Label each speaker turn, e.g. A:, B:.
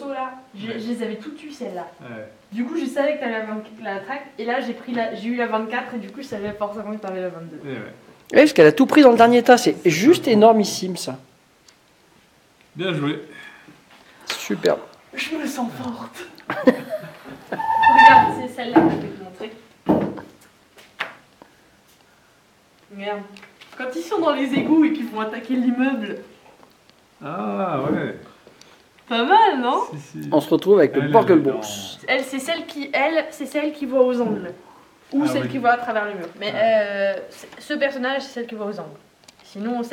A: pas. Je,
B: Ouais.
A: je les avais toutes eues celles-là.
B: Ouais.
A: Du coup, je savais que t'avais la, 24 la track. Et là, j'ai pris la, j'ai eu la 24 et du coup, je savais forcément que t'avais la 22.
B: Ouais, ouais.
C: Oui, Eh, parce qu'elle a tout pris dans le dernier tas. C'est juste énormissime, ça.
B: Bien joué.
C: Superbe.
A: Je me sens forte. Regarde, c'est celle-là que je vais te montrer. Merde. Quand ils sont dans les égouts et qu'ils vont attaquer l'immeuble,
B: Ah ouais.
A: pas mal, non
B: Si, si.
C: Hein On se retrouve avec le
B: Elle,
C: Borgle
B: elle est dans-
C: Bronx.
A: Elle, c'est celle qui, elle, c'est celle qui voit aux angles. Ou
B: Ah
A: celle
B: oui.
A: qui voit à travers le mur. Mais
B: Ah.
A: euh, c'est- ce personnage, c'est celle qui voit aux angles. Sinon, celle